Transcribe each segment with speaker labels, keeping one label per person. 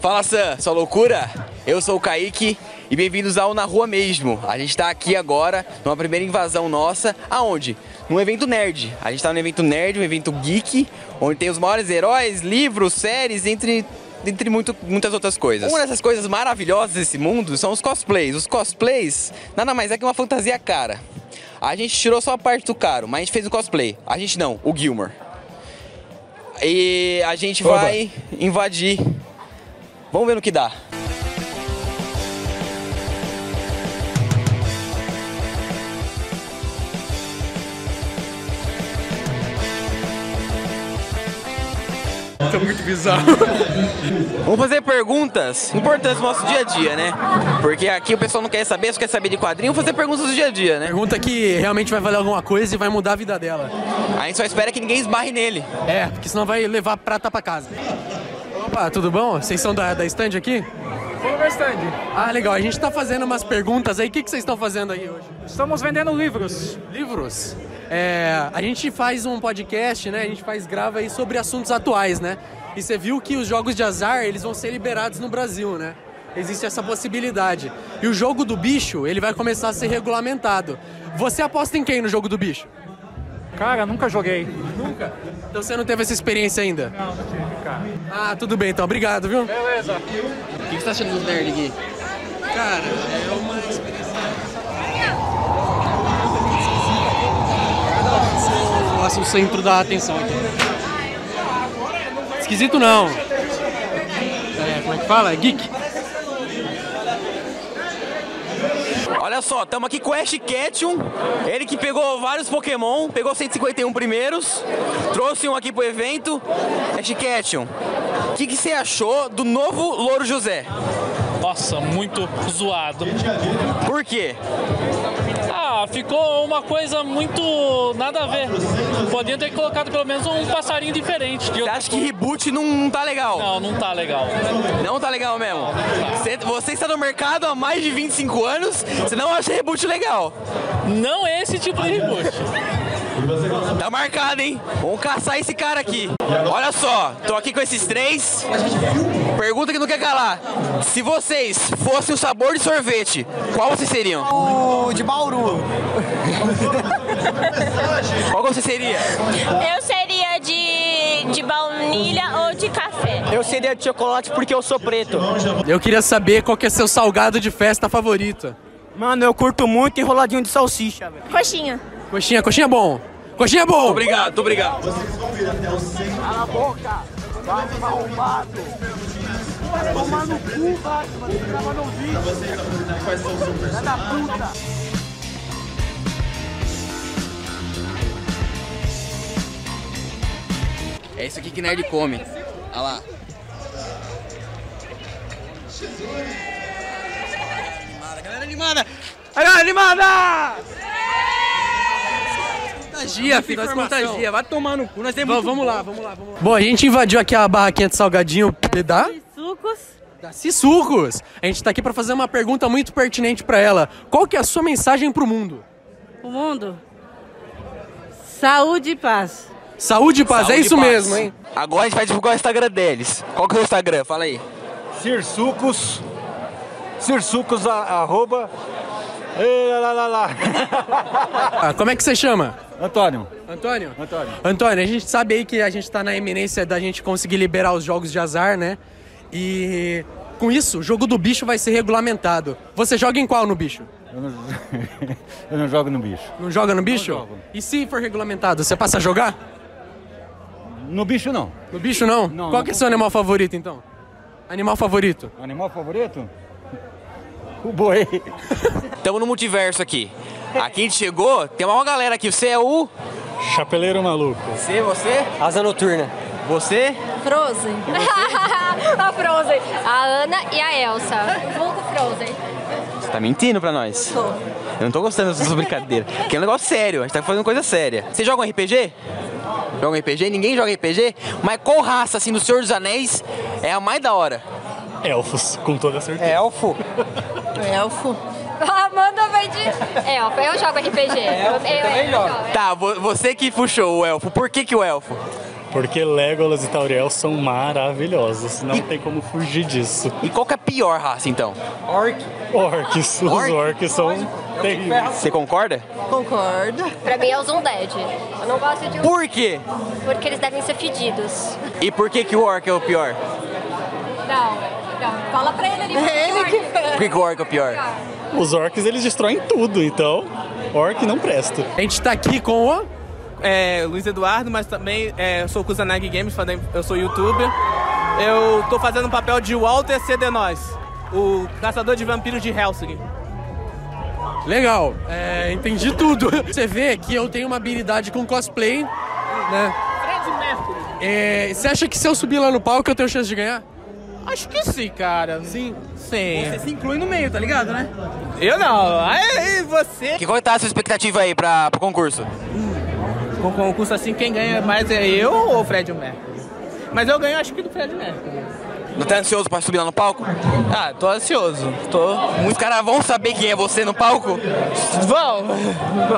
Speaker 1: Fala Sam, sua loucura? Eu sou o Kaique e bem-vindos ao Na Rua Mesmo. A gente tá aqui agora numa primeira invasão nossa, aonde? Num evento nerd. A gente tá num evento nerd, um evento geek, onde tem os maiores heróis, livros, séries, entre entre muito, muitas outras coisas. Uma dessas coisas maravilhosas desse mundo são os cosplays. Os cosplays nada mais é que uma fantasia cara. A gente tirou só a parte do caro, mas a gente fez um cosplay. A gente não, o Gilmore. E a gente
Speaker 2: Oba.
Speaker 1: vai invadir. Vamos ver no que dá.
Speaker 2: Tá muito bizarro.
Speaker 1: Vamos fazer perguntas importantes do nosso dia a dia, né? Porque aqui o pessoal não quer saber, só quer saber de quadrinho, fazer perguntas do dia a dia, né?
Speaker 2: Pergunta que realmente vai valer alguma coisa e vai mudar a vida dela.
Speaker 1: A gente só espera que ninguém esbarre nele.
Speaker 2: É, porque senão vai levar prata pra casa. Opa, tudo bom? Vocês são da, da stand aqui?
Speaker 3: Fulver Stand.
Speaker 2: Ah, legal. A gente tá fazendo umas perguntas aí. O que, que vocês estão fazendo aí hoje?
Speaker 3: Estamos vendendo livros.
Speaker 2: Livros. É, a gente faz um podcast, né? A gente faz grava aí sobre assuntos atuais, né? E você viu que os jogos de azar, eles vão ser liberados no Brasil, né? Existe essa possibilidade. E o jogo do bicho, ele vai começar a ser regulamentado. Você aposta em quem no jogo do bicho?
Speaker 3: Cara, nunca joguei.
Speaker 2: Nunca. Então você não teve essa experiência ainda?
Speaker 3: Não, não tive, cara.
Speaker 2: Ah, tudo bem então. Obrigado, viu?
Speaker 3: Beleza.
Speaker 1: O que você tá achando dos nerds aqui?
Speaker 2: Cara, é uma experiência. Nossa, o um centro da atenção aqui. Esquisito não. É, como é que fala? É Geek.
Speaker 1: Olha só, estamos aqui com o Ash Ketchum, ele que pegou vários Pokémon, pegou 151 primeiros, trouxe um aqui pro evento. Ash Ketchum, o que, que você achou do novo Louro José?
Speaker 4: Nossa, muito zoado.
Speaker 1: Por quê?
Speaker 4: Ah, ficou uma coisa muito nada a ver. Podiam ter colocado pelo menos um passarinho diferente. que eu-
Speaker 1: Você acha que reboot não, não tá legal?
Speaker 4: Não, não tá legal.
Speaker 1: Não tá legal mesmo. Você, você está no mercado há mais de 25 anos, você não acha reboot legal.
Speaker 4: Não é esse tipo de reboot.
Speaker 1: Tá marcado, hein? Vamos caçar esse cara aqui. Olha só, tô aqui com esses três. Pergunta que não quer calar. Se vocês fossem o sabor de sorvete, qual vocês seriam?
Speaker 5: O de Bauru.
Speaker 1: Qual que você seria?
Speaker 6: Eu seria de, de baunilha ou de café.
Speaker 5: Eu seria de chocolate porque eu sou preto.
Speaker 2: Eu queria saber qual que é seu salgado de festa favorito.
Speaker 5: Mano, eu curto muito enroladinho de salsicha, velho.
Speaker 6: Coxinha.
Speaker 2: Coxinha, coxinha é bom. Coxinha é bom.
Speaker 1: Obrigado, obrigado. um É isso aqui que nerd come. Olha lá. Galera animada! Galera animada!
Speaker 2: Contagia, filho. Nós contagia. Vai tomar no cu. Nós temos vamos, vamos lá, vamos lá, vamos lá. Bom, a gente invadiu aqui a barraquinha de salgadinho. Da?
Speaker 6: Sucos.
Speaker 2: Da Sissucos. A gente tá aqui pra fazer uma pergunta muito pertinente pra ela. Qual que é a sua mensagem pro mundo?
Speaker 7: O mundo? Saúde e paz.
Speaker 2: Saúde e paz, é
Speaker 1: Saúde
Speaker 2: isso
Speaker 1: e paz.
Speaker 2: mesmo, hein?
Speaker 1: Agora a gente vai divulgar o Instagram deles. Qual que é o Instagram? Fala aí.
Speaker 8: Cirsucos. Cirsucos, a- arroba. Ei, lá, lá, lá, lá.
Speaker 2: Ah, como é que você chama?
Speaker 8: Antônio,
Speaker 2: Antônio?
Speaker 8: Antônio.
Speaker 2: Antônio, a gente sabe aí que a gente tá na eminência da gente conseguir liberar os jogos de azar, né? E com isso, o jogo do bicho vai ser regulamentado. Você joga em qual no bicho?
Speaker 8: Eu não, eu não jogo no bicho.
Speaker 2: Não joga no bicho?
Speaker 8: jogo.
Speaker 2: E se for regulamentado, você passa a jogar?
Speaker 8: No bicho, não.
Speaker 2: No bicho não?
Speaker 8: Não,
Speaker 2: qual
Speaker 8: não
Speaker 2: que é seu animal favorito então? Animal favorito?
Speaker 8: Animal favorito? O boi.
Speaker 1: Estamos no multiverso aqui. Aqui a gente chegou, tem uma galera aqui. Você é o.
Speaker 8: Chapeleiro maluco.
Speaker 1: Você, você?
Speaker 5: Asa noturna.
Speaker 1: Você?
Speaker 9: Frozen. a Frozen. A Ana e a Elsa. O vulgo Frozen.
Speaker 1: Você tá mentindo pra nós? Eu não tô gostando dessas brincadeiras. Que é um negócio sério, a gente tá fazendo coisa séria. Você joga um RPG? Joga um RPG? Ninguém joga RPG? Mas qual raça, assim, do Senhor dos Anéis é a mais da hora?
Speaker 4: Elfos, com toda certeza.
Speaker 5: É elfo?
Speaker 9: Elfo. A Amanda vai de elfo. É, Eu jogo RPG. eu eu jogo.
Speaker 1: Tá, vo- você que puxou o elfo. Por que que o elfo?
Speaker 7: Porque Legolas e Tauriel são maravilhosos. Não tem como fugir disso.
Speaker 1: E qual que é a pior raça, então?
Speaker 3: Orc.
Speaker 7: Orcs. Os
Speaker 1: Orc?
Speaker 7: orcs são terríveis.
Speaker 1: Você concorda?
Speaker 10: Concordo.
Speaker 9: Pra mim é os Undead. Eu não gosto de um
Speaker 1: Por quê?
Speaker 9: porque eles devem ser fedidos.
Speaker 1: E por que que o orc é o pior?
Speaker 9: Não, não. Fala pra ele ali.
Speaker 10: É ele que
Speaker 1: Por que, que o orc é o pior?
Speaker 7: Os orcs eles destroem tudo, então orc não presta.
Speaker 2: A gente tá aqui com o.
Speaker 5: É, Luiz Eduardo, mas também é, eu sou o Kusanagi Games, fazem- eu sou youtuber. Eu tô fazendo o papel de Walter C. Denois, o caçador de vampiros de Helsing.
Speaker 2: Legal, é, entendi tudo. Você vê que eu tenho uma habilidade com cosplay, né? É, você acha que se eu subir lá no palco eu tenho chance de ganhar?
Speaker 5: Acho que sim, cara. Sim? Sim.
Speaker 2: se inclui no meio, tá ligado, né?
Speaker 5: Eu não. Aí você.
Speaker 1: Que qual tá a sua expectativa aí pra, pro concurso?
Speaker 5: Com concurso assim, quem ganha mais é eu ou o Fred Mercury? Mas eu ganho, acho que do Fred Mercury.
Speaker 1: Não tá ansioso pra subir lá no palco?
Speaker 5: Ah, tô ansioso. Tô.
Speaker 1: Os caras vão saber quem é você no palco?
Speaker 5: Vamos!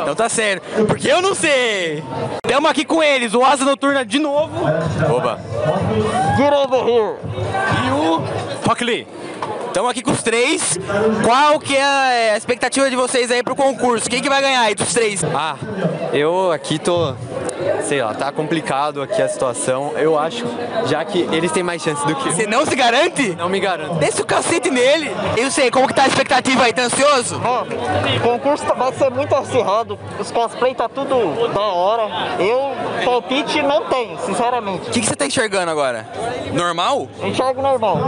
Speaker 1: Então tá sério, porque eu não sei. Tamo aqui com eles, o Asa Noturna de novo. Oba. E o Rock Lee. Tamo aqui com os três. Qual que é a expectativa de vocês aí pro concurso? Quem que vai ganhar aí dos três?
Speaker 11: Ah, eu aqui tô. Sei lá, tá complicado aqui a situação. Eu acho, já que eles têm mais chance do que.
Speaker 1: Você não se garante?
Speaker 11: Não me garanto.
Speaker 1: Desce o cacete nele. Eu sei, como que tá a expectativa aí? Tá ansioso?
Speaker 12: O concurso vai ser muito acirrado, os cosplay tá tudo da hora. Eu, palpite, não tem, sinceramente.
Speaker 1: O que, que você tá enxergando agora? Normal?
Speaker 12: Enxergo normal.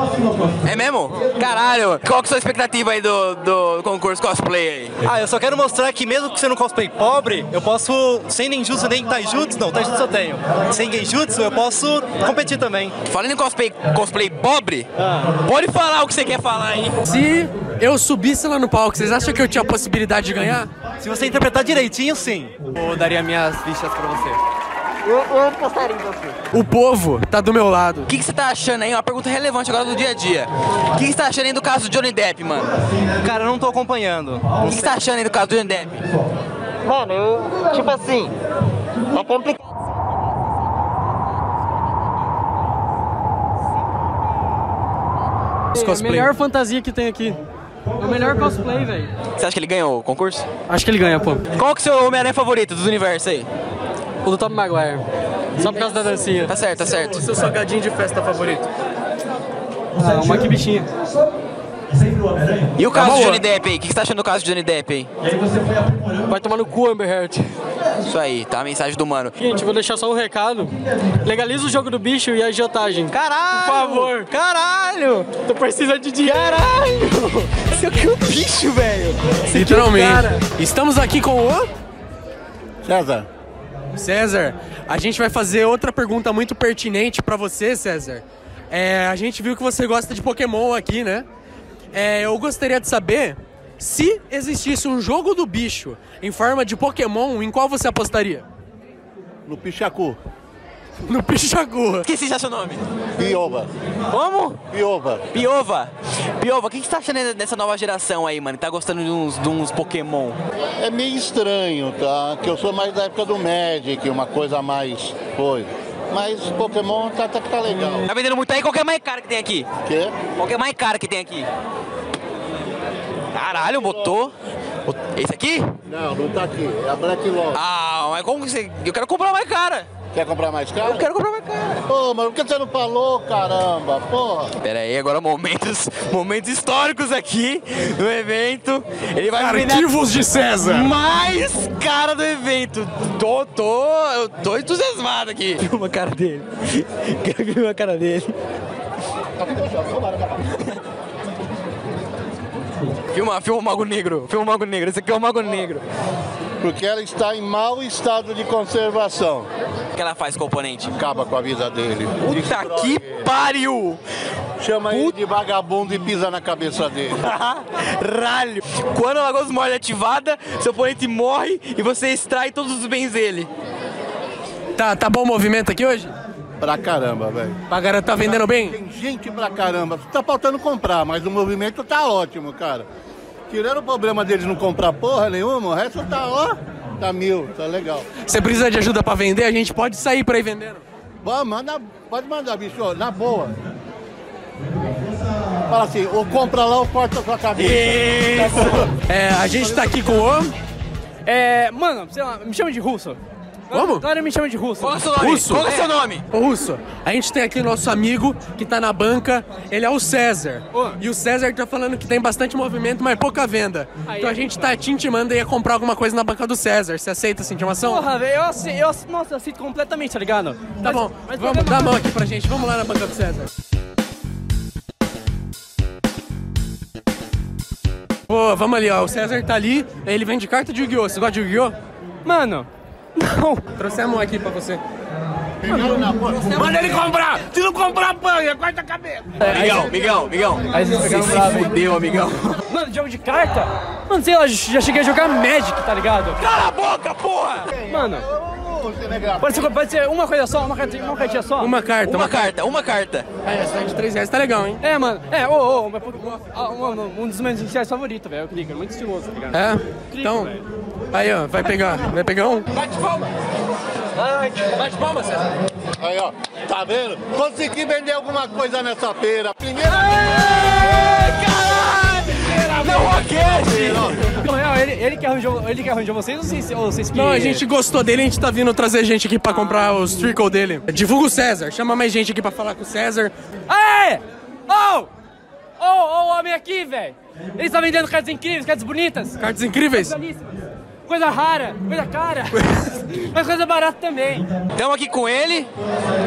Speaker 1: É mesmo? Caralho, qual que é a sua expectativa aí do, do concurso cosplay aí?
Speaker 13: Ah, eu só quero mostrar que mesmo que você não cosplay pobre, eu posso, sem ninjutsu nem taijutsu, não, taijutsu eu tenho. Sem genjutsu eu posso competir também.
Speaker 1: Falando em cosplay, cosplay pobre, pode falar o que você quer falar aí.
Speaker 2: Se eu subisse lá no palco, vocês acham que eu tinha a possibilidade de ganhar?
Speaker 13: Se você interpretar direitinho, sim.
Speaker 11: Eu daria minhas fichas pra você.
Speaker 12: Eu, eu apostaria em você.
Speaker 2: O povo tá do meu lado.
Speaker 1: O que, que você tá achando aí? Uma pergunta relevante agora do dia a dia. O que, que você tá achando aí do caso do Johnny Depp, mano?
Speaker 13: Cara, eu não tô acompanhando.
Speaker 1: O que, que você tá achando aí do caso do Johnny Depp?
Speaker 12: Mano, eu, tipo assim, é complicado.
Speaker 2: Os cosplay.
Speaker 14: Melhor fantasia que tem aqui. É O melhor cosplay, velho.
Speaker 1: Você acha que ele ganhou o concurso?
Speaker 14: Acho que ele ganha, pô.
Speaker 1: Qual que é o seu Homem-Aranha favorito dos universos aí?
Speaker 14: O do Tom Maguire. Só por causa da dancinha.
Speaker 1: Tá certo, tá certo.
Speaker 14: seu salgadinho de festa favorito? Ah, uma que bichinha.
Speaker 1: E o caso
Speaker 14: Tá
Speaker 1: do
Speaker 14: bom.
Speaker 1: Johnny Depp aí? O que, que você tá achando do caso do Johnny Depp aí?
Speaker 14: Vai tomar no cu, Amber Heard.
Speaker 1: Isso aí, tá? A mensagem do mano.
Speaker 14: Gente, vou deixar só um recado. Legaliza o jogo do bicho e a agiotagem. Caralho! Por favor. Caralho! Tu precisa de dinheiro. Caralho! Isso aqui é um bicho, velho.
Speaker 1: é um
Speaker 2: Literalmente. Estamos aqui com o.
Speaker 15: César.
Speaker 2: César, a gente vai fazer outra pergunta muito pertinente pra você, César. É, a gente viu que você gosta de Pokémon aqui, né? É, eu gostaria de saber se existisse um jogo do bicho em forma de Pokémon, em qual você apostaria?
Speaker 15: No Pichacu.
Speaker 2: No Pichacu.
Speaker 1: Esqueci já seu nome.
Speaker 15: Pioba.
Speaker 1: Como?
Speaker 15: Piova.
Speaker 1: Piova. Piova, o que, que você tá achando aí dessa nova geração aí, mano? Tá gostando de uns, de uns Pokémon?
Speaker 15: É meio estranho, tá? Que eu sou mais da época do Magic, uma coisa mais coisa. Mas Pokémon tá, tá, tá legal.
Speaker 1: Tá vendendo muito aí? Qual que é mais caro que tem aqui?
Speaker 15: Quê?
Speaker 1: Qual que é mais caro que tem aqui? Caralho, botou. Esse aqui?
Speaker 15: Não, não tá aqui. É a Black Lotus.
Speaker 1: Ah, mas como que você. Eu quero comprar mais cara.
Speaker 15: Quer comprar mais cara? Eu
Speaker 1: quero comprar mais cara.
Speaker 15: Pô, mas por que você não falou, caramba? Porra.
Speaker 1: Pera aí, agora momentos, momentos históricos aqui no evento. Ele vai
Speaker 16: Arquivos de César.
Speaker 1: Mais cara do evento. Tô, tô, eu tô entusiasmado aqui. Filma a cara dele. Filma a cara dele. Filma, filma o Mago Negro. Filma o Mago Negro. Esse aqui é o Mago Negro.
Speaker 15: Porque ela está em mau estado de conservação.
Speaker 1: O que ela faz, componente?
Speaker 15: Acaba com a vida dele.
Speaker 1: Puta que pariu!
Speaker 15: Chama ele de vagabundo e pisa na cabeça dele.
Speaker 1: Ralho! Quando a Lagoa dos Mortos é ativada, seu oponente morre e você extrai todos os bens dele.
Speaker 2: Tá, tá bom o movimento aqui hoje?
Speaker 15: Pra caramba, velho.
Speaker 2: Pra galera tá vendendo bem?
Speaker 15: Tem gente pra caramba. Tá faltando comprar, mas o movimento tá ótimo, cara. Tirando o problema deles não comprar porra nenhuma, o resto tá, ó, tá mil, tá legal.
Speaker 2: Você precisa de ajuda pra vender? A gente pode sair pra ir vendendo.
Speaker 15: Bom, manda, pode mandar, bicho, ó, na boa. Fala assim, ou compra lá ou corta com a cabeça.
Speaker 2: É, a gente tá aqui com o...
Speaker 10: É, mano, sei lá, me chama de russo.
Speaker 2: Como?
Speaker 10: Galera me chama de russo.
Speaker 2: Qual é o seu nome? Qual é o seu nome? Ô, Russo, a gente tem aqui nosso amigo que tá na banca, ele é o César. E o César tá falando que tem bastante movimento, mas pouca venda.
Speaker 10: Aí
Speaker 2: então a
Speaker 10: é
Speaker 2: gente tá te intimando aí a comprar alguma coisa na banca do César. Você aceita essa intimação?
Speaker 10: Porra, velho, eu, ace- eu, ace- nossa, eu aceito completamente, tá ligado?
Speaker 2: Tá bom, vamos dar a mão aqui pra gente. Vamos lá na banca do César. Pô, vamos ali, ó. O César tá ali, ele vende carta de Yu-Gi-Oh! Você gosta de Yu-Gi-Oh? Mano, não. Trouxemos aqui pra você.
Speaker 16: Manda ele comprar! Se não comprar, panha, corta a cabeça!
Speaker 2: É,
Speaker 1: Migão, Migão, Migão. Você se fudeu, amigão.
Speaker 10: Mano, jogo de carta? Mano, sei lá, já cheguei a jogar Magic, tá ligado?
Speaker 16: Cala a boca, porra!
Speaker 10: Mano, pode ser, pode ser uma coisa só, uma cartinha, uma cartinha só?
Speaker 2: Uma carta, uma,
Speaker 1: carta, uma carta.
Speaker 2: É, essa de 3 reais tá legal, hein?
Speaker 10: É, mano, é, ô, ô, mas por- ah, um, um dos meus iniciais favoritos, velho, é o Clicker, muito estiloso, tá ligado?
Speaker 2: É?
Speaker 10: Clicker,
Speaker 2: Então,
Speaker 10: velho.
Speaker 2: aí ó, vai pegar, vai pegar um?
Speaker 16: Bate palma! Bate palma, César!
Speaker 15: Aí, ó, tá vendo? Consegui vender alguma coisa nessa feira. Primeira.
Speaker 16: Não aquece!
Speaker 10: Não, não, ele, ele, que arranjou, ele que arranjou vocês ou vocês, ou vocês que...
Speaker 2: Não, a gente gostou dele, a gente tá vindo trazer gente aqui pra comprar os trickle dele. Divulga o César, chama mais gente aqui pra falar com o César. Ah!
Speaker 10: Aê! É! Ô! Ô, ô, homem aqui, velho! Eles estão vendendo cartas incríveis, cartas bonitas.
Speaker 2: Cartas incríveis?
Speaker 10: Cartas belíssimas. Coisa rara, coisa cara, mas coisa barata também.
Speaker 1: Estamos aqui com ele.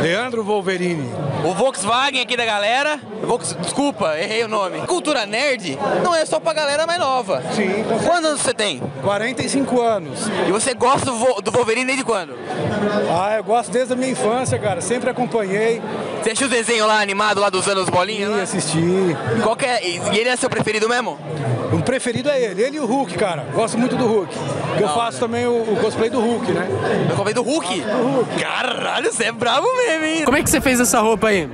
Speaker 1: Leandro Wolverine. O Volkswagen aqui da galera. Volks... Desculpa, errei o nome. Cultura nerd não é só pra galera mais nova. Sim. Quantos anos você tem?
Speaker 17: 45 anos.
Speaker 1: E você gosta do, Vo- do Wolverine desde quando?
Speaker 17: Ah, eu gosto desde a minha infância, cara. Sempre acompanhei.
Speaker 1: Você assistiu o desenho lá animado lá dos anos bolinha? Sim,
Speaker 17: assisti.
Speaker 1: Qual que é? E e ele é seu preferido mesmo?
Speaker 17: O preferido é ele. Ele e o Hulk, cara. Gosto muito do Hulk. Eu faço
Speaker 8: né?
Speaker 17: também o, o cosplay do Hulk, né?
Speaker 1: Eu comprei Ah, do Hulk? Caralho, você é brabo mesmo, hein?
Speaker 2: Como é que você fez essa roupa aí?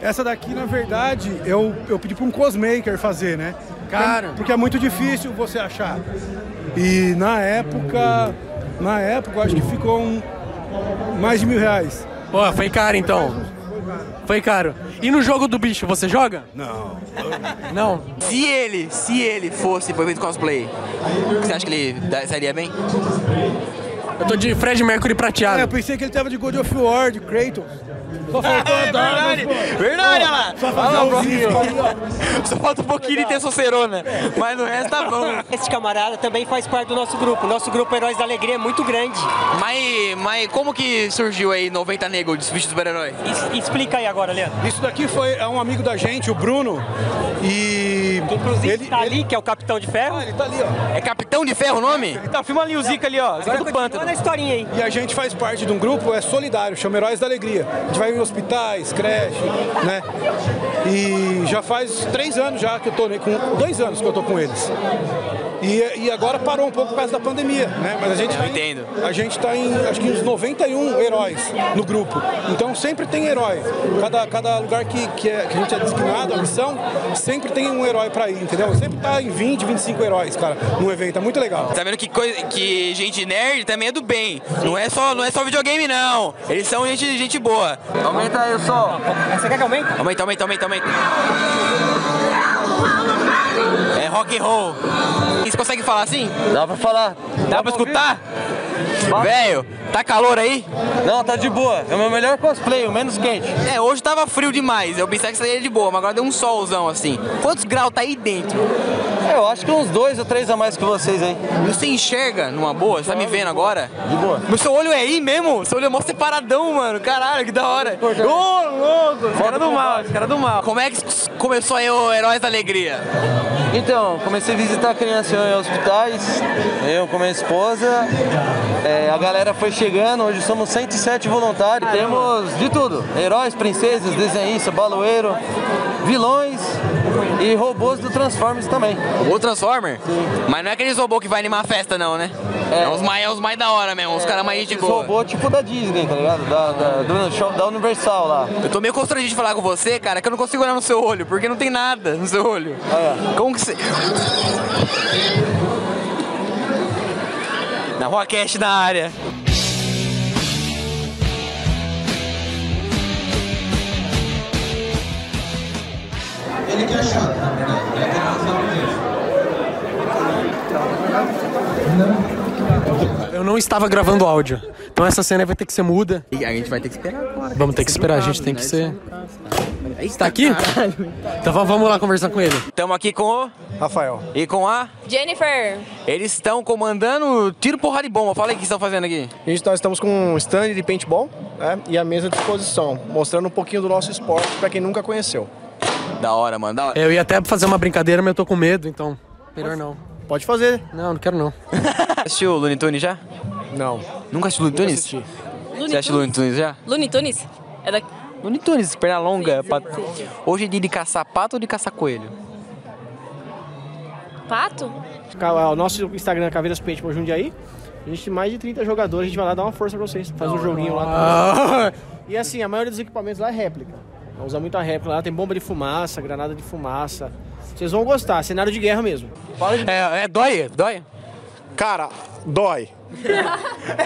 Speaker 17: Essa daqui, na verdade, eu, eu pedi pra um cosmaker fazer, né?
Speaker 2: Cara.
Speaker 17: Porque é muito difícil você achar. E na época, na época, eu acho que ficou um, mais de mil reais.
Speaker 2: Pô, foi caro então. Foi caro. E no jogo do bicho, você joga?
Speaker 17: Não.
Speaker 2: Não.
Speaker 1: Se ele, se ele fosse pro evento cosplay, você acha que ele dá- sairia bem?
Speaker 2: Eu tô de Fred Mercury prateado.
Speaker 17: É, eu pensei que ele tava de God of War, de Kratos. Só faltou a daga,
Speaker 1: verdade.
Speaker 17: pô.
Speaker 1: Verdade, olha lá.
Speaker 17: Só
Speaker 1: Olha lá o
Speaker 17: faltou o
Speaker 1: bronquinho.
Speaker 17: zinho.
Speaker 1: Só falta um pouquinho de testosterona, mas o resto tá bom.
Speaker 18: Esse camarada também faz parte do nosso grupo. Nosso grupo Heróis da Alegria é muito grande.
Speaker 1: Mas, mas como que surgiu aí 90 Nego de bicho super-herói?
Speaker 18: Explica aí agora, Leandro.
Speaker 17: Isso daqui foi é um amigo da gente, o Bruno, e... Inclusive ele, tá ali,
Speaker 18: que é o Capitão de Ferro.
Speaker 17: ele tá ali, ó.
Speaker 1: É Capitão de Ferro o nome?
Speaker 17: Tá, filma ali o Zica ali, ó.
Speaker 18: Zica do Pântano. na historinha aí.
Speaker 17: E a gente faz parte de um grupo, é solidário, chama Heróis da Alegria. A gente vai em hospitais, creche, né? E já faz três anos já que eu tô, ne- com dois anos que eu tô com eles. E, e agora parou um pouco por causa da pandemia, né? Mas a gente
Speaker 1: Eu entendo.
Speaker 17: a gente tá em, acho que uns 91 heróis no grupo. Então sempre tem herói. Cada, cada lugar que, que, é- que a gente é designado, a missão, sempre tem um herói pra ir, entendeu? Sempre tá em 20, 25 heróis, cara, num evento. É muito legal.
Speaker 1: Tá vendo que, coisa, que gente nerd também é do bem. Não é só, não é só videogame, não. Eles são gente, gente boa. Aumenta aí o som.
Speaker 18: Você quer que aumente?
Speaker 1: Aumenta, aumenta, aumenta, aumenta. É rock and roll. Vocês conseguem falar assim? Dá pra falar. Dá, pra, escutar? Velho, tá calor aí? Não, tá de boa. É o meu melhor cosplay, o menos quente. É, hoje tava frio demais. Eu pensei que seria de boa, mas agora deu um solzão assim. Quantos graus tá aí dentro?
Speaker 18: Eu acho que uns dois ou três a mais que vocês aí.
Speaker 1: Você enxerga numa boa? Você tá me vendo agora? De boa. Mas seu olho é aí mesmo? Seu olho é mó separadão, mano. Caralho, que da hora. Ô,
Speaker 18: né?
Speaker 1: louco! Os cara do mal, os cara do mal. Como é que começou aí o Heróis da Alegria?
Speaker 18: Então, comecei a visitar crianças em hospitais, eu com minha esposa, é, a galera foi chegando, hoje somos 107 voluntários, temos de tudo, heróis, princesas, desenhistas, baloeiro, vilões e robôs do Transformers também.
Speaker 1: O Transformer? Mas não é aquele robô que vai animar a festa, não, né? É os mais, é os mais da hora mesmo, os caras mais de
Speaker 18: Esses
Speaker 1: boa.
Speaker 18: robô tipo da Disney, tá ligado? Da, da, do- shop da Universal lá.
Speaker 1: Eu tô meio constrangido de falar com você, cara, que eu não consigo olhar no seu olho, porque não tem nada no seu olho.
Speaker 18: É.
Speaker 1: Como que você. Na Rua Cash na área.
Speaker 16: Ele que é chato.
Speaker 2: Eu não estava gravando áudio. Então essa cena vai ter que ser muda.
Speaker 1: E a gente vai ter que esperar agora. é
Speaker 2: Vamos ter que esperar, a gente tem que
Speaker 1: né?
Speaker 2: ser. Tá aqui? Então va- vamos lá conversar com ele.
Speaker 1: Estamos aqui com o. Rafael. E com a.
Speaker 6: Jennifer,
Speaker 1: Eles estão comandando tiro, porrada e bomba. Fala aí o que vocês estão fazendo aqui.
Speaker 19: Gente, nós estamos com um stand de paintball né, e a mesa à disposição, mostrando um pouquinho do nosso esporte para quem nunca conheceu.
Speaker 1: Da hora, mano. Da hora.
Speaker 2: Eu ia até fazer uma brincadeira, mas eu tô com medo, então. Melhor não.
Speaker 19: Pode fazer.
Speaker 2: Não, não quero não.
Speaker 1: Assistiu o Looney Tunes já?
Speaker 19: Não.
Speaker 1: Nunca assistiu o Looney Tunes?
Speaker 19: assisti.
Speaker 1: Você assistiu o Looney Tunes já?
Speaker 20: Looney Tunes? É da...
Speaker 1: Looney Tunes, perna longa. pa- Hoje é dia de caçar pato ou de caçar coelho?
Speaker 20: Pato?
Speaker 19: O nosso Instagram é Caveiras Paintball Jundiaí, a gente tem mais de 30 jogadores, a gente vai lá dar uma força para vocês, faz um joguinho lá.
Speaker 2: Ah.
Speaker 19: E assim, a maioria dos equipamentos lá é réplica. Nós usamos muita réplica lá, tem bomba de fumaça, granada de fumaça. Vocês vão gostar, cenário de guerra mesmo.
Speaker 1: É, é dói, dói.
Speaker 21: Cara, dói.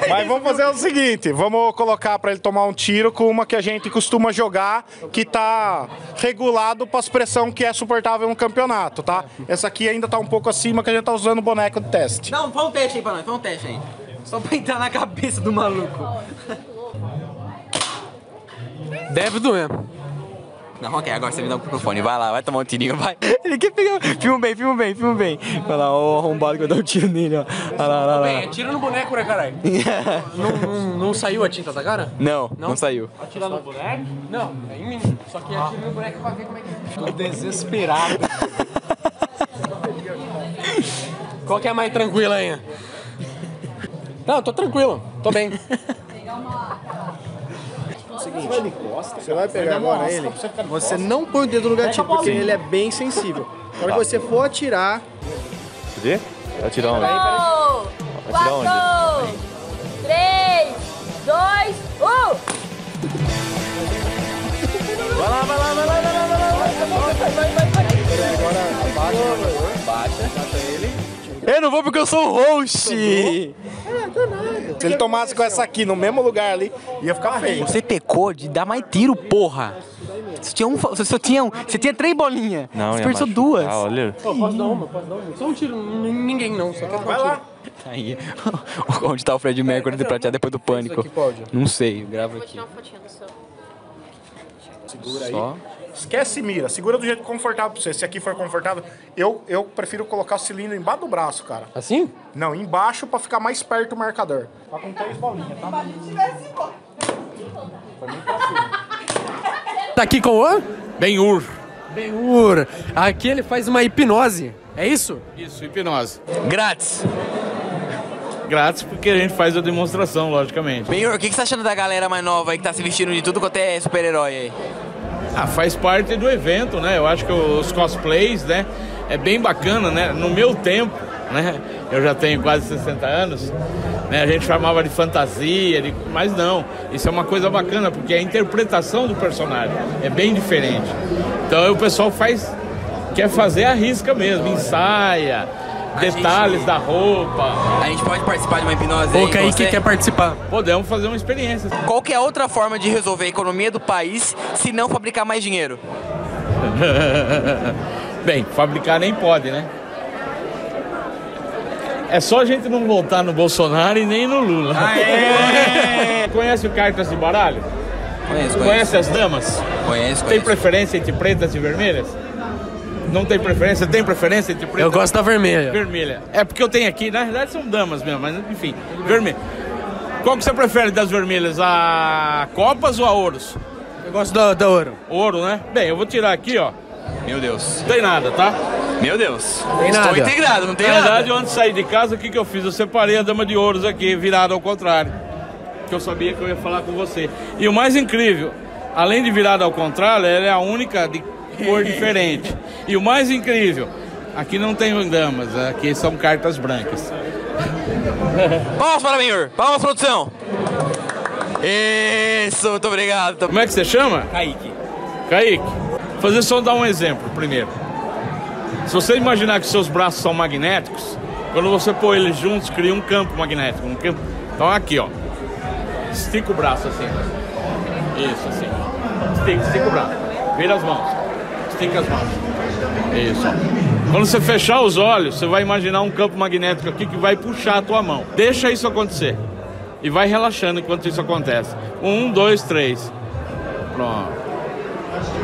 Speaker 21: Mas vamos fazer o seguinte, vamos colocar pra ele tomar um tiro com uma que a gente costuma jogar, que tá regulado pra expressão que é suportável no campeonato, tá? Essa aqui ainda tá um pouco acima que a gente tá usando o boneco de teste.
Speaker 1: Não, faz um teste aí pra nós, faz um teste aí. Só pra entrar na cabeça do maluco.
Speaker 2: Deve doer.
Speaker 1: Não, ok, agora você me dá o microfone. Vai lá, vai tomar um tirinho, vai. Ele quer pegar. Filma bem, filma bem, filma bem. Vai lá, ó, o arrombado que eu dou um tiro nele, ó. Olha lá, olha lá, olha
Speaker 21: É,
Speaker 2: Bem,
Speaker 1: lá.
Speaker 2: atira no boneco, né, caralho? não, não- não saiu a tinta da cara?
Speaker 1: Não, não, saiu.
Speaker 2: Atirar no boneco? Não, é em mim. Só que atira no boneco pra ver como é que é. Tô
Speaker 1: desesperado.
Speaker 2: Qual que é a mais tranquila aí? Não, tô tranquilo, tô bem.
Speaker 19: Seguinte, vai de costas, você vai pegar
Speaker 2: vai dar uma
Speaker 19: agora
Speaker 2: raça
Speaker 19: ele,
Speaker 2: pra você ficar de
Speaker 19: você
Speaker 2: costas.
Speaker 19: não põe o dedo no gatilho,
Speaker 2: Pega a bola.
Speaker 19: porque
Speaker 2: Sim.
Speaker 19: ele é bem sensível. Na hora que
Speaker 22: Tá.
Speaker 19: você for atirar,
Speaker 22: Cadê? Vai atirar onde?
Speaker 6: gol!
Speaker 22: Vai tirar
Speaker 6: Quatro, três, dois, um!
Speaker 1: Vai lá, vai lá, vai lá, vai lá, vai lá, vai lá, vai, vai, vai, vai. Agora abaixa, baixa, baixa ele. Eu não vou porque eu sou o host.
Speaker 21: Se ele tomasse com essa aqui no mesmo lugar ali, ia ficar feio.
Speaker 1: Você pecou de dar mais tiro, porra. Você tinha um, fa- você só tinha um, você tinha três bolinhas.
Speaker 22: Não,
Speaker 1: você
Speaker 22: ia
Speaker 1: perdeu
Speaker 22: machucar,
Speaker 1: duas.
Speaker 22: olha.
Speaker 2: Pô, posso dar uma, posso dar uma. Só um tiro, n- ninguém não, só quero dar um tiro.
Speaker 1: Aí, onde tá o Fred Mercury de pratear depois do pânico?
Speaker 19: aqui, Cláudia?
Speaker 1: Não sei, eu gravo aqui.
Speaker 22: Segura
Speaker 21: aí.
Speaker 1: Só.
Speaker 21: Esquece mira, segura do jeito confortável pra você. Se aqui for confortável, eu, eu prefiro colocar o cilindro embaixo do braço, cara.
Speaker 2: Assim?
Speaker 21: Não, embaixo pra ficar mais perto do marcador. Tá com três bolinhas, tá?
Speaker 2: Tá aqui com o Ben-Hur. Ben-Hur. Aqui ele faz uma hipnose, é isso?
Speaker 23: Isso, hipnose.
Speaker 1: Grátis.
Speaker 23: Grátis porque a gente faz a demonstração, logicamente.
Speaker 1: Benhur, o que, que você tá achando da galera mais nova aí que tá se vestindo de tudo quanto é super-herói aí?
Speaker 23: Ah, faz parte do evento, né? Eu acho que os cosplays, né? É bem bacana, né? No meu tempo, né? Eu já tenho quase 60 anos. Né? A gente chamava de fantasia, de... mas não. Isso é uma coisa bacana, porque a interpretação do personagem é bem diferente. Então aí o pessoal faz. Quer fazer a risca mesmo, ensaia, detalhes da roupa.
Speaker 1: A gente pode participar de uma hipnose
Speaker 23: aí?
Speaker 1: aí,
Speaker 2: É
Speaker 1: Kaique você? quer
Speaker 2: participar.
Speaker 23: Podemos fazer uma experiência.
Speaker 1: Qual que é a outra forma de resolver a economia do país se não fabricar mais dinheiro?
Speaker 23: Bem, fabricar nem pode, né? É só a gente não voltar no Bolsonaro e nem no Lula. Conhece o cartas de baralho?
Speaker 1: Conheço,
Speaker 23: Conhece as damas?
Speaker 1: Conheço,
Speaker 23: Tem preferência entre pretas e vermelhas? Não tem preferência? Tem preferência entre pretas?
Speaker 2: Eu gosto da vermelha.
Speaker 23: Vermelha. É porque eu tenho aqui, na realidade são damas mesmo, mas enfim, vermelha. Qual que você prefere das vermelhas? A copas ou a ouros?
Speaker 2: Eu gosto da, da ouro.
Speaker 23: Ouro, né? Bem, eu vou tirar aqui, ó.
Speaker 1: Meu Deus.
Speaker 23: Não tem nada, tá?
Speaker 1: Meu Deus.
Speaker 23: Tem
Speaker 1: Estou
Speaker 23: nada.
Speaker 1: integrado, não tem
Speaker 23: Na
Speaker 1: nada.
Speaker 23: verdade, eu antes de sair de casa, o que, que eu fiz? Eu separei a dama de ouros aqui, virada ao contrário. Que eu sabia que eu ia falar com você. E o mais incrível, além de virada ao contrário, ela é a única de cor diferente. E o mais incrível, aqui não tem damas, aqui são cartas brancas.
Speaker 1: Palmas para o Benhur. Palmas, produção. Isso, muito obrigado.
Speaker 23: Como é que você chama? Kaique. Kaique, fazer só dar um exemplo primeiro. Se você imaginar que seus braços são magnéticos, quando você pôr eles juntos, cria um campo magnético. um campo. Então aqui, ó. Estica o braço assim. Isso, assim. Estica, estica o braço. Vira as mãos. Estica as mãos. Isso. Quando você fechar os olhos, você vai imaginar um campo magnético aqui que vai puxar a tua mão. Deixa isso acontecer. E vai relaxando enquanto isso acontece. Um, dois, três. Pronto.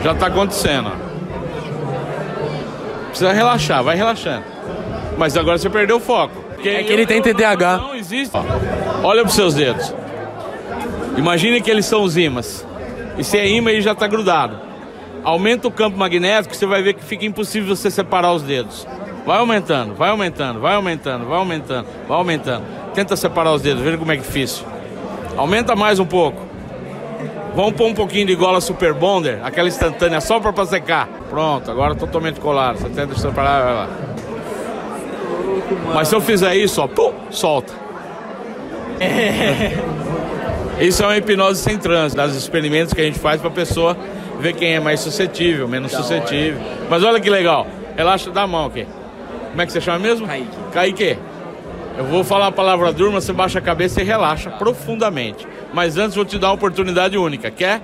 Speaker 23: Já tá acontecendo. ó. Precisa relaxar, vai relaxando. Mas agora você perdeu o foco.
Speaker 2: É que ele tem TDAH.
Speaker 23: Não existe. Olha pros seus dedos. Imagine que eles são os ímãs. E se é ímã, ele já está grudado. Aumenta o campo magnético, você vai ver que fica impossível você separar os dedos. Vai aumentando, vai aumentando, vai aumentando, vai aumentando, vai aumentando. Tenta separar os dedos, veja como é difícil. Aumenta mais um pouco. Vamos pôr um pouquinho de gola Super Bonder, aquela instantânea só para secar. Pronto, agora totalmente colado. Você tenta separar, vai lá. Mas se eu fizer isso, ó, pum, solta. Isso é uma hipnose sem transe, das experimentos que a gente faz para pessoa ver quem é mais suscetível, menos suscetível. Mas olha que legal, relaxa da mão aqui. Como é que você chama mesmo? Kaique. Kaique. Eu vou falar a palavra durma, você baixa a cabeça e relaxa profundamente. Mas antes vou te dar uma oportunidade única, quer?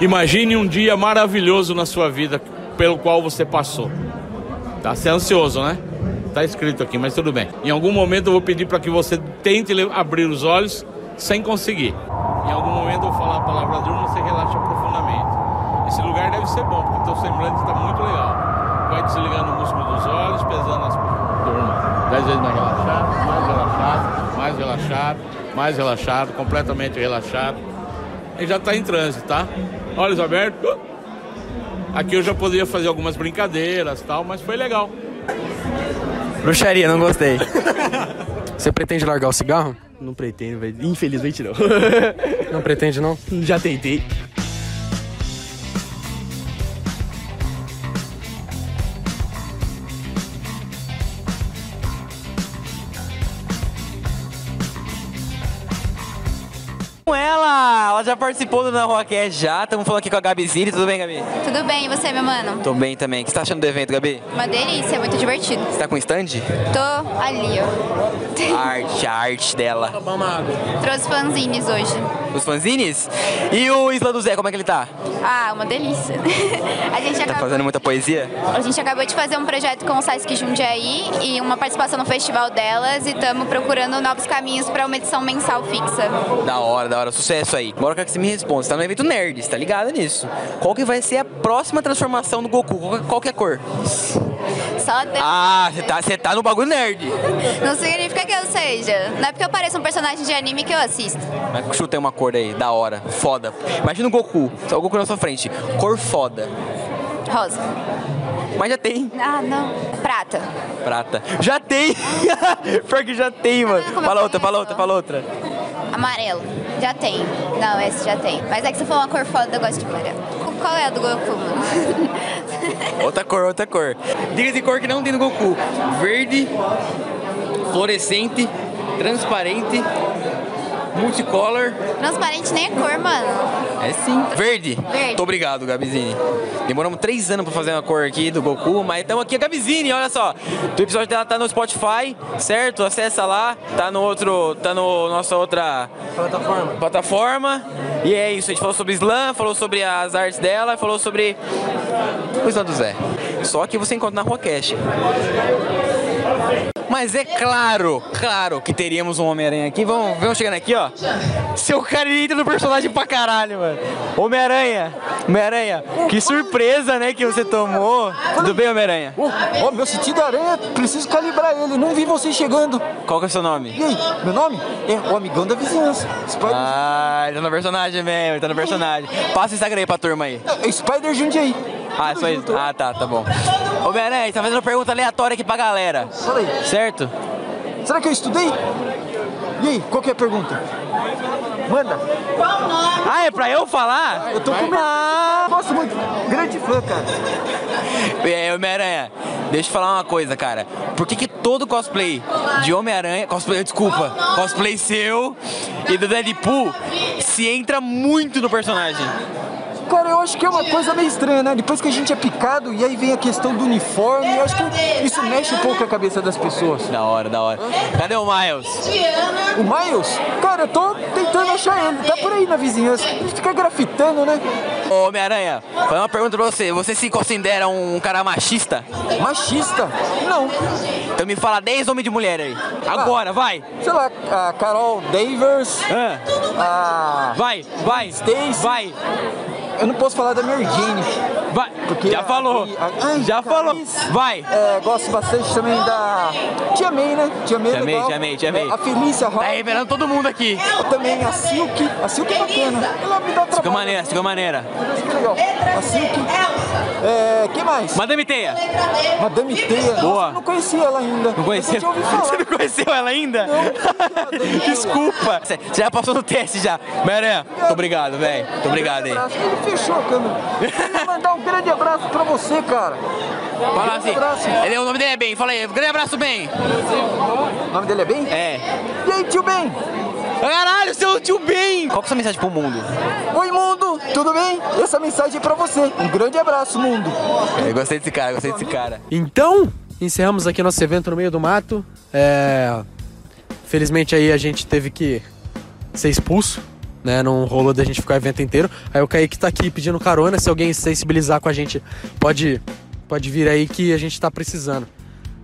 Speaker 23: Imagine um dia maravilhoso na sua vida pelo qual você passou. Tá? Você é ansioso, né? Tá escrito aqui, mas tudo bem. Em algum momento eu vou pedir para que você tente le- abrir os olhos sem conseguir. Em algum momento eu vou falar a palavra durma, você relaxa profundamente. Esse lugar deve ser bom, porque teu semblante está muito legal. Vai desligando o músculo dos olhos, pesando as Durma. Dez vezes mais relaxado, mais relaxado, mais relaxado, mais relaxado, completamente relaxado. E já está em transe, tá? Olhos abertos. Uh! Aqui eu já poderia fazer algumas brincadeiras tal, mas foi legal.
Speaker 2: Bruxaria, não gostei. Você pretende largar o cigarro?
Speaker 4: Não pretendo, velho. Infelizmente não.
Speaker 2: Não pretende, não?
Speaker 4: Já tentei.
Speaker 1: Com é, ela, ela já participou do Na Rua Cast já. Estamos falando aqui com a Gabi Ziri. Tudo bem, Gabi?
Speaker 8: Tudo bem, e você, meu mano?
Speaker 1: Tô bem também. O que você tá achando do evento, Gabi?
Speaker 8: Uma delícia, muito divertido.
Speaker 1: Você tá com stand?
Speaker 8: Tô ali, ó.
Speaker 1: Arte, a arte dela.
Speaker 8: Trouxe fanzines hoje.
Speaker 1: Os fanzines? E o Isla do Zé, como é que ele tá?
Speaker 8: Ah, uma delícia. a, gente
Speaker 1: Tá
Speaker 8: acabou,
Speaker 1: fazendo muita poesia?
Speaker 8: a gente acabou de fazer um projeto com o Sesc Jundiaí e uma participação no festival delas e estamos procurando novos caminhos para uma edição mensal fixa.
Speaker 1: Da hora, da hora, sucesso aí. Agora eu quero que você me responda. Você tá no evento nerd, você tá ligado nisso? Qual que vai ser a próxima transformação do Goku? Qual que- Qual que é a cor?
Speaker 8: Só de...
Speaker 1: Ah, você tá, você tá no bagulho nerd.
Speaker 8: Não significa que eu seja. Não é porque eu pareço um personagem de anime que eu assisto.
Speaker 1: Mas chutei uma cor aí, da hora, foda. Imagina o Goku, só o Goku na sua frente. Cor foda.
Speaker 8: Rosa.
Speaker 1: Mas já tem.
Speaker 8: Ah, não. Prata.
Speaker 1: Prata. Já tem! Pior que já tem, mano. Fala outra, fala outra, fala outra.
Speaker 8: Amarelo. Já tem. Não, esse já tem. Mas é que você falou uma cor foda, eu gosto de amarelo. Qual é a do Goku, mano?
Speaker 1: Outra cor, outra cor. Diga de cor que não tem no Goku. Verde, fluorescente, transparente, multicolor.
Speaker 8: Transparente nem é cor, mano.
Speaker 1: É sim. Verde.
Speaker 8: Verde.
Speaker 1: Muito obrigado, Gabizini. Demoramos três anos pra fazer uma cor aqui do Goku, mas estamos aqui. A Gabizini, olha só. O episódio dela tá no Spotify, certo? Acessa lá. Tá no outro. Tá no nossa outra. Plataforma. Plataforma. E é isso. A gente falou sobre slam, falou sobre as artes dela, falou sobre. O slam do Zé. Só que você encontra na Rua Cash. Mas é claro, claro que teríamos um Homem-Aranha aqui. Vamos, vamos chegando aqui, ó. Seu cara ele entra no personagem pra caralho, mano. Homem-Aranha, Homem-Aranha, que surpresa, né, que você tomou. Tudo bem, Homem-Aranha?
Speaker 20: Ó, meu sentido aranha, preciso calibrar ele. Não vi você chegando.
Speaker 1: Qual que é o seu nome?
Speaker 20: E aí, meu nome? É o amigão da vizinhança.
Speaker 1: Ah, ele tá no personagem mesmo, ele tá no personagem. Passa o Instagram aí pra turma aí.
Speaker 20: É Spider Jundiaí.
Speaker 1: Ah, só isso. Ah, tá, tá bom. Homem-Aranha, você tá fazendo uma pergunta aleatória aqui pra galera. Certo?
Speaker 20: Será que eu estudei? E aí, qual que é a pergunta?
Speaker 17: Manda. Ah, é pra eu falar? Eu tô com Ah, gosto muito. Grande fã, cara.
Speaker 1: E aí, É, Homem-Aranha, deixa eu falar uma coisa, cara. Por que, que todo cosplay de Homem-Aranha. Cosplay, desculpa. Cosplay seu e do Deadpool se entra muito no personagem.
Speaker 17: Cara, eu acho que é uma coisa meio estranha, né? Depois que a gente é picado e aí vem a questão do uniforme, eu acho que isso mexe um pouco a cabeça das pessoas.
Speaker 1: Da hora, da hora. Cadê o Miles?
Speaker 17: O Miles? Cara, eu tô tentando achar ele. Tá por aí na vizinhança. Ele fica grafitando, né?
Speaker 1: Ô, Homem-Aranha, fazer uma pergunta pra você. Você se considera um cara machista?
Speaker 17: Machista? Não.
Speaker 1: Então me fala 10 homens de mulher aí. Agora, vai.
Speaker 17: Sei lá, a Carol Davis. A...
Speaker 1: Vai, vai.
Speaker 17: Stacy.
Speaker 1: Vai.
Speaker 17: Eu não posso falar da Mary Jane.
Speaker 1: Vai. Já falou.
Speaker 17: Já
Speaker 1: falou. Vai.
Speaker 17: É, gosto bastante também da... Tia May, né? Tia May é
Speaker 1: Tia May,
Speaker 17: legal.
Speaker 1: Tia May, Tia May.
Speaker 17: A Felícia Rock. Tá
Speaker 1: revelando todo mundo aqui.
Speaker 17: Também a Silk. A Silk é bacana. Ela me dá trabalho.
Speaker 1: Fica é maneira, fica maneira.
Speaker 17: Que legal. A Silk. É, quem mais?
Speaker 1: Madame Teia.
Speaker 17: Madame Teia.
Speaker 1: Boa.
Speaker 17: Eu não conhecia ela ainda.
Speaker 1: Não conheceu?
Speaker 17: Eu só tinha ouvido falar.
Speaker 1: Você não conheceu ela ainda? Desculpa. Você você já passou no teste já. Homem-Aranha, muito obrigado, velho. Muito obrigado aí.
Speaker 17: Abraço. Ele fechou a câmera. Eu Queria mandar um grande abraço pra você, cara.
Speaker 1: Fala
Speaker 17: Um grande
Speaker 1: assim.
Speaker 17: abraço.
Speaker 1: Ele, o nome dele é Ben. Fala aí. Grande abraço, Ben.
Speaker 17: O nome dele é Ben?
Speaker 1: É.
Speaker 17: E aí, tio Ben?
Speaker 1: Caralho, seu tio Ben! Qual que é a sua mensagem pro mundo?
Speaker 17: Oi, mundo. Tudo bem? Essa mensagem é pra você. Um grande abraço, mundo.
Speaker 1: Eu É, gostei desse cara, gostei desse cara.
Speaker 2: Então, encerramos aqui nosso evento no meio do mato. É, Felizmente aí a gente teve que ser expulso, né? Não rolou da gente ficar o evento inteiro. Aí o Kaique tá aqui pedindo carona. Se alguém se sensibilizar com a gente, pode, pode vir aí que a gente tá precisando.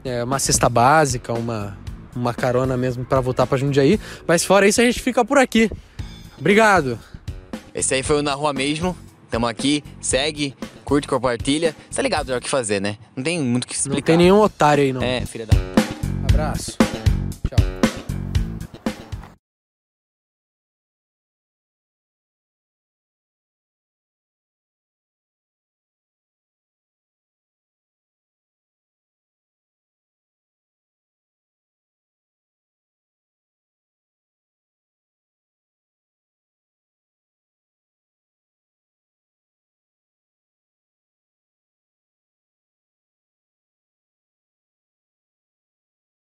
Speaker 2: É, uma cesta básica, uma, uma carona mesmo pra voltar pra Jundiaí. Mas fora isso, a gente fica por aqui. Obrigado.
Speaker 1: Esse aí foi o Na Rua Mesmo. Tamo aqui. Segue, curte, compartilha. Você tá ligado já o que fazer, né? Não tem muito o que explicar.
Speaker 2: Não tem nenhum otário aí, não.
Speaker 1: É, filha da...
Speaker 2: Abraço.